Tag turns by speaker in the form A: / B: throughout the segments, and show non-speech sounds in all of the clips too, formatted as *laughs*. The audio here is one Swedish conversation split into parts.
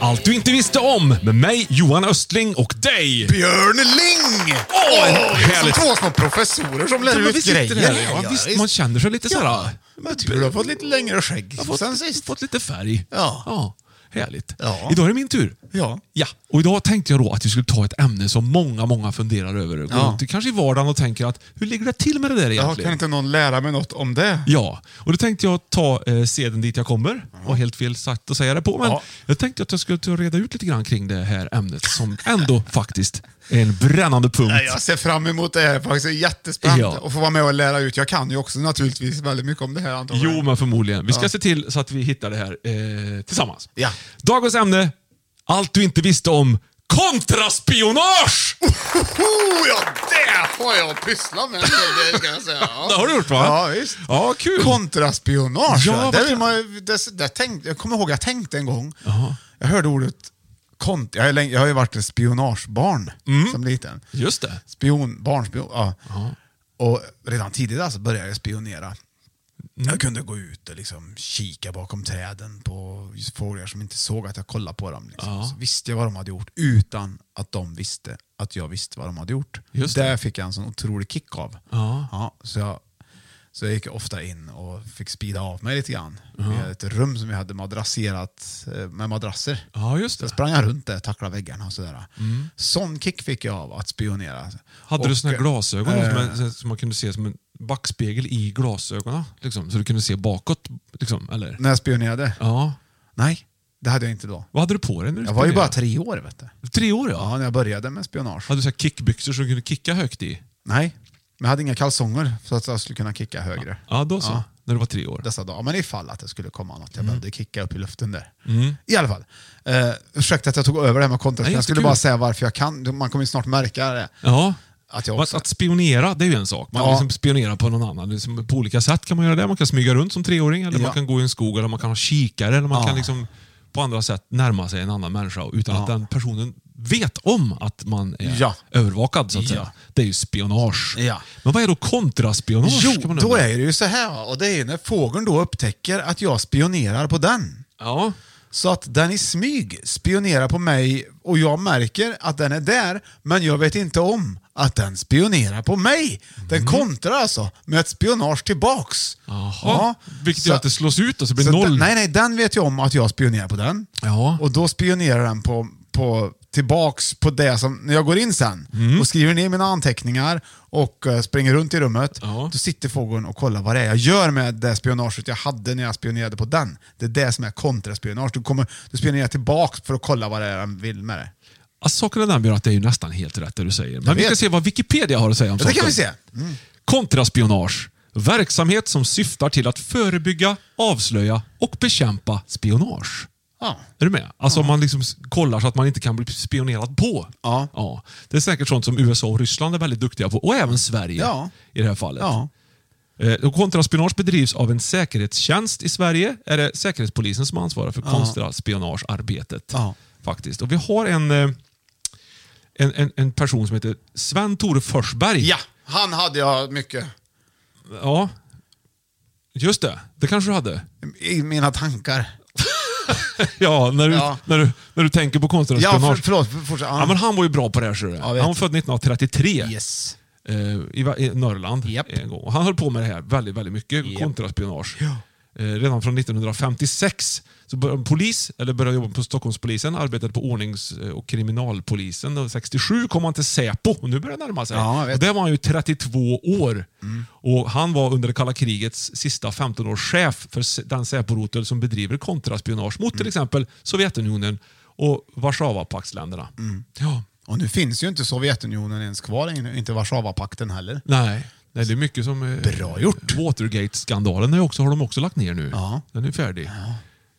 A: Allt du inte visste om med mig, Johan Östling och dig.
B: Björn Ling!
A: Åh,
B: Som
A: härligt.
B: två små professorer som lär
A: Ja, men
B: ut
A: vi sitter
B: grejer.
A: här. Ja, visst, man känner sig lite såhär...
B: Ja. Men du har fått lite längre skägg
A: Jag har
B: sen
A: fått,
B: sist.
A: fått lite färg.
B: Ja.
A: härligt.
B: Ja.
A: Idag är det min tur.
B: Ja.
A: Ja, och idag tänkte jag då att vi skulle ta ett ämne som många, många funderar över. Går
B: Ja.
A: runt i- Kanske i vardagen och tänker att hur ligger det till med det där
B: Ja,
A: egentligen?
B: kan inte någon lära mig något om det?
A: Ja, och då tänkte jag ta eh, seden dit jag kommer. Var helt fel sagt att säga det på, men
B: Mm. Ja.
A: jag tänkte att jag skulle ta och reda ut lite grann kring det här ämnet som ändå *laughs* faktiskt är en brännande punkt.
B: Nej, jag ser fram emot det här faktiskt. Jag är jättespänd
A: Ja.
B: att få vara med och lära ut. Jag kan ju också naturligtvis väldigt mycket om det här antagligen.
A: Jo, men förmodligen. Vi ska se till så att vi hittar det här eh, tillsammans.
B: Ja.
A: Dagens ämne, allt du inte visste om
B: *laughs*
A: kontraspionage!
B: Oh, ja, det har jag pysslat med en hel del, kan jag säga. Ja.
A: *laughs* Det har du gjort va?
B: Ja, visst.
A: Ja, kul.
B: Kontraspionage.
A: Ja,
B: Ja,
A: vad-
B: det vill man, ju- det, det tänkte, jag kommer ihåg jag tänkte en gång. Jag hörde ordet kont... Jag, har länge- jag har ju varit ett spionagebarn
A: Mm.
B: som liten.
A: Just det.
B: Spion, barnspion. Ja. Och redan tidigt alltså började jag spionera. Jag kunde gå ut och liksom kika bakom träden på just fåglar som inte såg att jag kollade på dem. Liksom. Så visste jag vad de hade gjort utan att de visste att jag visste vad de hade gjort.
A: Just
B: Där fick jag en sån otrolig kick av. Ja, så, jag, så jag gick ofta in och fick spida av mig lite grann. Vi hade ett rum som vi hade madrasserat eh, med madrasser.
A: Ja, just
B: Så
A: det. Mm.
B: sprang jag runt där, tacklade väggarna och sådär. Sån kick fick jag av att spionera.
A: Hade du
B: Och,
A: såna här glasögon
B: eh,
A: som, man, som man kunde se som en backspegel i glasögonen? Liksom, så du kunde se bakåt? Liksom, eller?
B: När jag spionerade?
A: Ja.
B: Nej, det hade jag inte då.
A: Vad hade du på dig när du
B: Jag var ju bara
A: spionerade?
B: tre år vet du.
A: Tre år ja.
B: Ja, när jag började med spionage.
A: Hade du så här kickbyxor som du kunde kicka högt i?
B: Nej, men jag hade inga kalsonger så att jag skulle kunna kicka högre.
A: Ja, då så. När du var tre år.
B: Dessa dagar. Men ifall att det skulle komma något, jag
A: Mm.
B: behövde kicka upp i luften där. I alla fall. Eh, ursäkta att jag tog över det här med kontrast.
A: Nej,
B: men Jag skulle
A: jättekul.
B: bara säga varför jag kan. Man kommer ju snart märka det.
A: Ja.
B: Att jag
A: Att,
B: också...
A: att spionera, det är ju en sak. Man
B: Ja.
A: liksom spionerar på någon annan. Liksom, på olika sätt kan man göra det. Man kan smyga runt som treåring, eller man
B: Ja.
A: kan gå i en skog, eller man kan ha kikare, eller man
B: Ja.
A: kan liksom på andra sätt närma sig en annan människa utan att den personen vet om att man är
B: Ja.
A: övervakad. Så att
B: Ja.
A: säga. Det är ju spionage.
B: Ja.
A: Men vad är då kontraspionage? kan
B: Jo,
A: man
B: då
A: undra.
B: är det ju så här. Och det är ju när fågeln då upptäcker att jag spionerar på den.
A: Ja.
B: Så att den i smyg spionerar på mig och jag märker att den är där, men jag vet inte om att den spionerar på mig. Den kontrar alltså med ett spionage tillbaks.
A: Mm. Jaha.
B: Ja,
A: Vilket
B: så-
A: gör att det slås ut och så blir det
B: så
A: noll.
B: Den, nej, nej, den vet jag om att jag spionerar på den.
A: Ja.
B: Och då spionerar den på, på, tillbaks på det som, när jag går in sen
A: Mm.
B: och skriver ner mina anteckningar och eh, springer runt i rummet,
A: Ja.
B: då sitter fågeln och kollar vad det är jag gör med det spionaget jag hade när jag spionerade på den. Det är det som är kontraspionage. Du, kommer, du spionerar tillbaks för att kolla vad det är den vill med det.
A: Alltså, saken är den Björn, att det är ju nästan helt rätt det du säger. Men
B: Jag
A: vi
B: vet.
A: ska se vad Wikipedia har att säga om
B: Ja, det kan
A: saken.
B: vi se. Mm.
A: Kontraspionage. Verksamhet som syftar till att förebygga, avslöja och bekämpa spionage.
B: Ja.
A: Är du med? Alltså om man liksom s- kollar så att man inte kan bli spionerad på.
B: Ja.
A: Det är säkert sånt som USA och Ryssland är väldigt duktiga på, och även Sverige
B: Ja.
A: i det här fallet.
B: Ja.
A: Eh, och kontraspionage bedrivs av en säkerhetstjänst i Sverige. Är det Säkerhetspolisen som ansvarar för kontraspionagearbetet.
B: Ja.
A: Faktiskt. Och vi har en, eh, en, en, en person som heter Sven-Tore Forsberg.
B: ja, han hade jag mycket.
A: Ja. Just det, det kanske du hade.
B: I mina tankar.
A: Ja, när du,
B: Ja.
A: När du, när du tänker på
B: Ja,
A: kontraspionage.
B: för, förlåt. för- Fortsätt.
A: Ja, men han var ju bra på det här. ser du. Han
B: vet.
A: var född 1933
B: Yes.
A: eh, i, Va- i Norrland.
B: Japp.
A: En gång. Och han höll på med det här väldigt, väldigt mycket, kontraspionage. Eh, redan från 1956 så började han polis, eller började jobba på Stockholmspolisen, arbetade på ordnings eh, och kriminalpolisen. Och 67 kom han till Säpo, och nu börjar det närma sig.
B: Ja, jag vet. Mm.
A: och där var han ju 32 år. Och Han var under det kalla krigets sista 15 år chef för s- den Säporotel som bedriver kontraspionage
B: Mm.
A: mot till exempel Sovjetunionen och Warszawapaktsländerna.
B: Mm.
A: Ja.
B: Och nu finns ju inte Sovjetunionen ens kvar längre, inte Warszawapakten heller.
A: Nej. Nej, det är mycket som... eh,
B: Bra gjort.
A: Watergate-skandalen är också, har de också lagt ner nu.
B: Ja.
A: Den är färdig.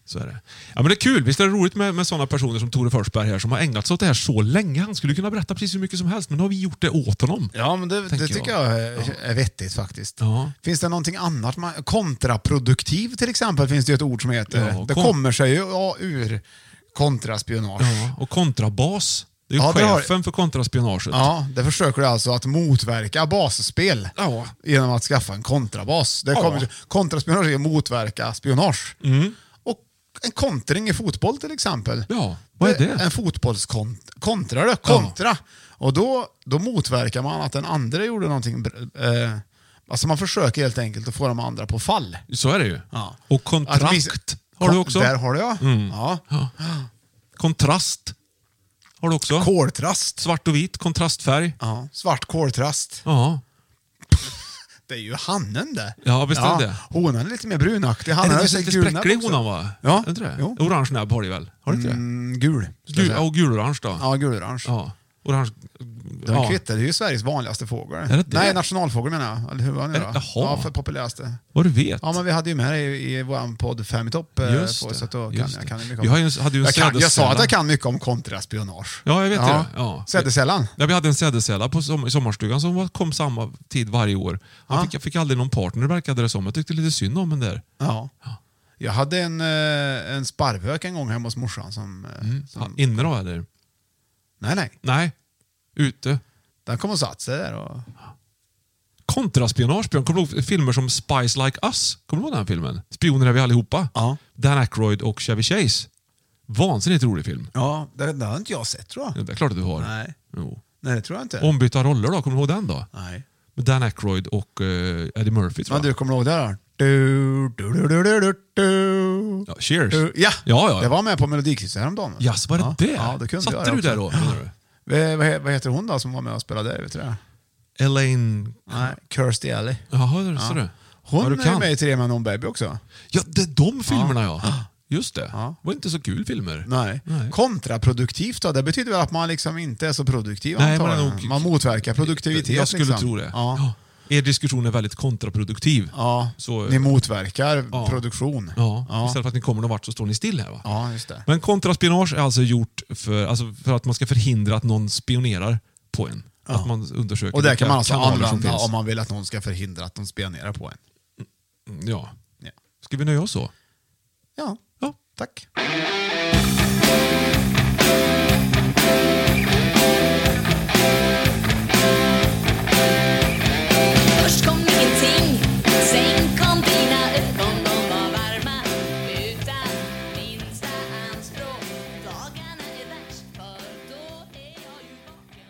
A: Så är det. Ja, men det är kul. Visst är det roligt med, med sådana personer som Tore Forsberg här som har ägnat sig åt det här så länge. Han skulle kunna berätta precis hur mycket som helst, men nu har vi gjort det åt honom.
B: Ja, men det,
A: Tänker
B: det tycker jag, är,
A: Ja.
B: är vettigt faktiskt.
A: Ja.
B: Finns det någonting annat? Man, kontraproduktiv till exempel finns det ju ett ord som heter.
A: Ja,
B: det
A: kon-
B: kommer sig ju ja, ur kontraspionage.
A: Ja, och kontrabas. Det är ju
B: Ja, det har-
A: chefen för kontraspionaget.
B: Ja, det försöker du alltså att motverka basspel
A: Ja.
B: genom att skaffa en kontrabas. Det
A: Ja. Mm.
B: kommer, Kontraspionage är att motverka spionage. Och en kontring i fotboll till exempel.
A: Ja, vad är det?
B: En fotbollskontra, då, kontra. Och då, då motverkar man att den andra gjorde någonting. br- Eh, alltså man försöker helt enkelt att få de andra på fall.
A: Så är det ju.
B: Ja.
A: Och
B: Att
A: kontrakt
B: miss-
A: har du också. Mm.
B: Där har du ja. ja.
A: Kontrast har du också.
B: Koltrast.
A: Svart och vit, kontrastfärg.
B: Ja. Svart koltrast.
A: Ja.
B: Det är ju hannen det.
A: Ja, visst är det det.
B: Honan är lite mer brunaktig.
A: Är
B: Han
A: det
B: har ju
A: den
B: så
A: som är lite
B: gulnäbb
A: spräcklig
B: också.
A: honan va?
B: Ja.
A: Är det inte det?
B: Jo.
A: Orange näbb har de väl? Har de inte det?
B: Mm, gul. ska
A: Gul,
B: jag
A: ja,
B: säga.
A: och gulorange då.
B: Ja, gulorange.
A: Ja. Orange.
B: Den
A: ja.
B: kvitter, det är ju Sveriges vanligaste fågel.
A: det det?
B: Nej, nationalfågel menar jag. Eller hur var det nu
A: Är
B: då?
A: det- jaha.
B: Ja, för populäraste.
A: Vad du vet.
B: Ja, men vi hade ju med det i, i vår podd Fem i topp. eh,
A: Just
B: på,
A: det,
B: Så att då kan,
A: just
B: jag
A: det.
B: kan ju mycket
A: Vi
B: om-
A: har ju en- hade ju en
B: jag, kan, jag sa
A: sädesärla.
B: att jag kan mycket om kontraspionage.
A: Ja, jag vet det. Ja.
B: Sädesällan.
A: Ja, vi hade en sädesärla på som, i sommarstugan som var, kom samma tid varje år. Han
B: Ja.
A: fick, fick aldrig någon partner verkade det som. Jag tyckte lite synd om den där.
B: Ja. Jag hade en, eh, en sparvhök en gång hemma hos morsan som... eh, som
A: Mm. Ja, inne då eller?
B: Nej, nej.
A: Nej, ute.
B: Den kom och satt sig där. Och,
A: Kontraspionage, Björn. Kommer du ihåg filmer som Spies Like Us? Kommer du ihåg den här filmen? Spioner är vi allihopa.
B: Ja.
A: Dan Aykroyd och Chevy Chase. Vansinnigt rolig film.
B: ja, det, det har inte jag sett tror jag.
A: Det är klart att du har.
B: Nej.
A: Jo.
B: Nej, det tror jag inte.
A: Ombytta roller då, kommer du ihåg den då?
B: Nej.
A: Med Dan Aykroyd och eh, Eddie Murphy tror
B: Men
A: jag.
B: du kommer ihåg det här? Du, du, du, du, du, du, du.
A: Ja, cheers.
B: Du, ja.
A: ja, ja.
B: jag var med på Melodikrysset häromdagen.
A: Jaså, var det
B: ja.
A: det?
B: Ja, det kunde
A: Satte
B: jag
A: du
B: också.
A: där då? menar du?
B: Eh, Vad, he- vad heter hon då som var med och spelade där? Vet du det?
A: Elaine...
B: Nej, Kirsty Alley.
A: Jaha, det ser du.
B: Hon
A: ja, du
B: är
A: kan.
B: ju med i Tre män och en baby också.
A: Ja, det är de filmerna ja. Just det.
B: Ja.
A: var inte så kul filmer.
B: Nej.
A: Nej.
B: Kontraproduktivt då? Det betyder väl att man liksom inte är så produktiv
A: Nej,
B: antar
A: men
B: jag.
A: nog-
B: Man motverkar produktivitet.
A: Jag skulle
B: liksom.
A: tro det.
B: Ja.
A: Er diskussion är väldigt kontraproduktiv.
B: Ja.
A: Så,
B: Ni motverkar
A: Ja.
B: produktion.
A: ja.
B: Ja.
A: Istället för att ni kommer någon vart så står ni still här va?
B: ja, just det.
A: Men kontraspionage är alltså gjort för, alltså för att man ska förhindra att någon spionerar på en. Att man undersöker
B: Och det
A: vilka
B: kan man alltså
A: kanaler som
B: använda
A: finns.
B: om man vill att någon ska förhindra att de spionerar på en.
A: Ja.
B: Ja.
A: Ska vi nöja oss så?
B: Ja,
A: Ja.
B: tack.
C: Först kom ingenting, sen kom dina ögon, de var varma utan minsta anspråk. Dagarna är värst, för då är jag ju vaken.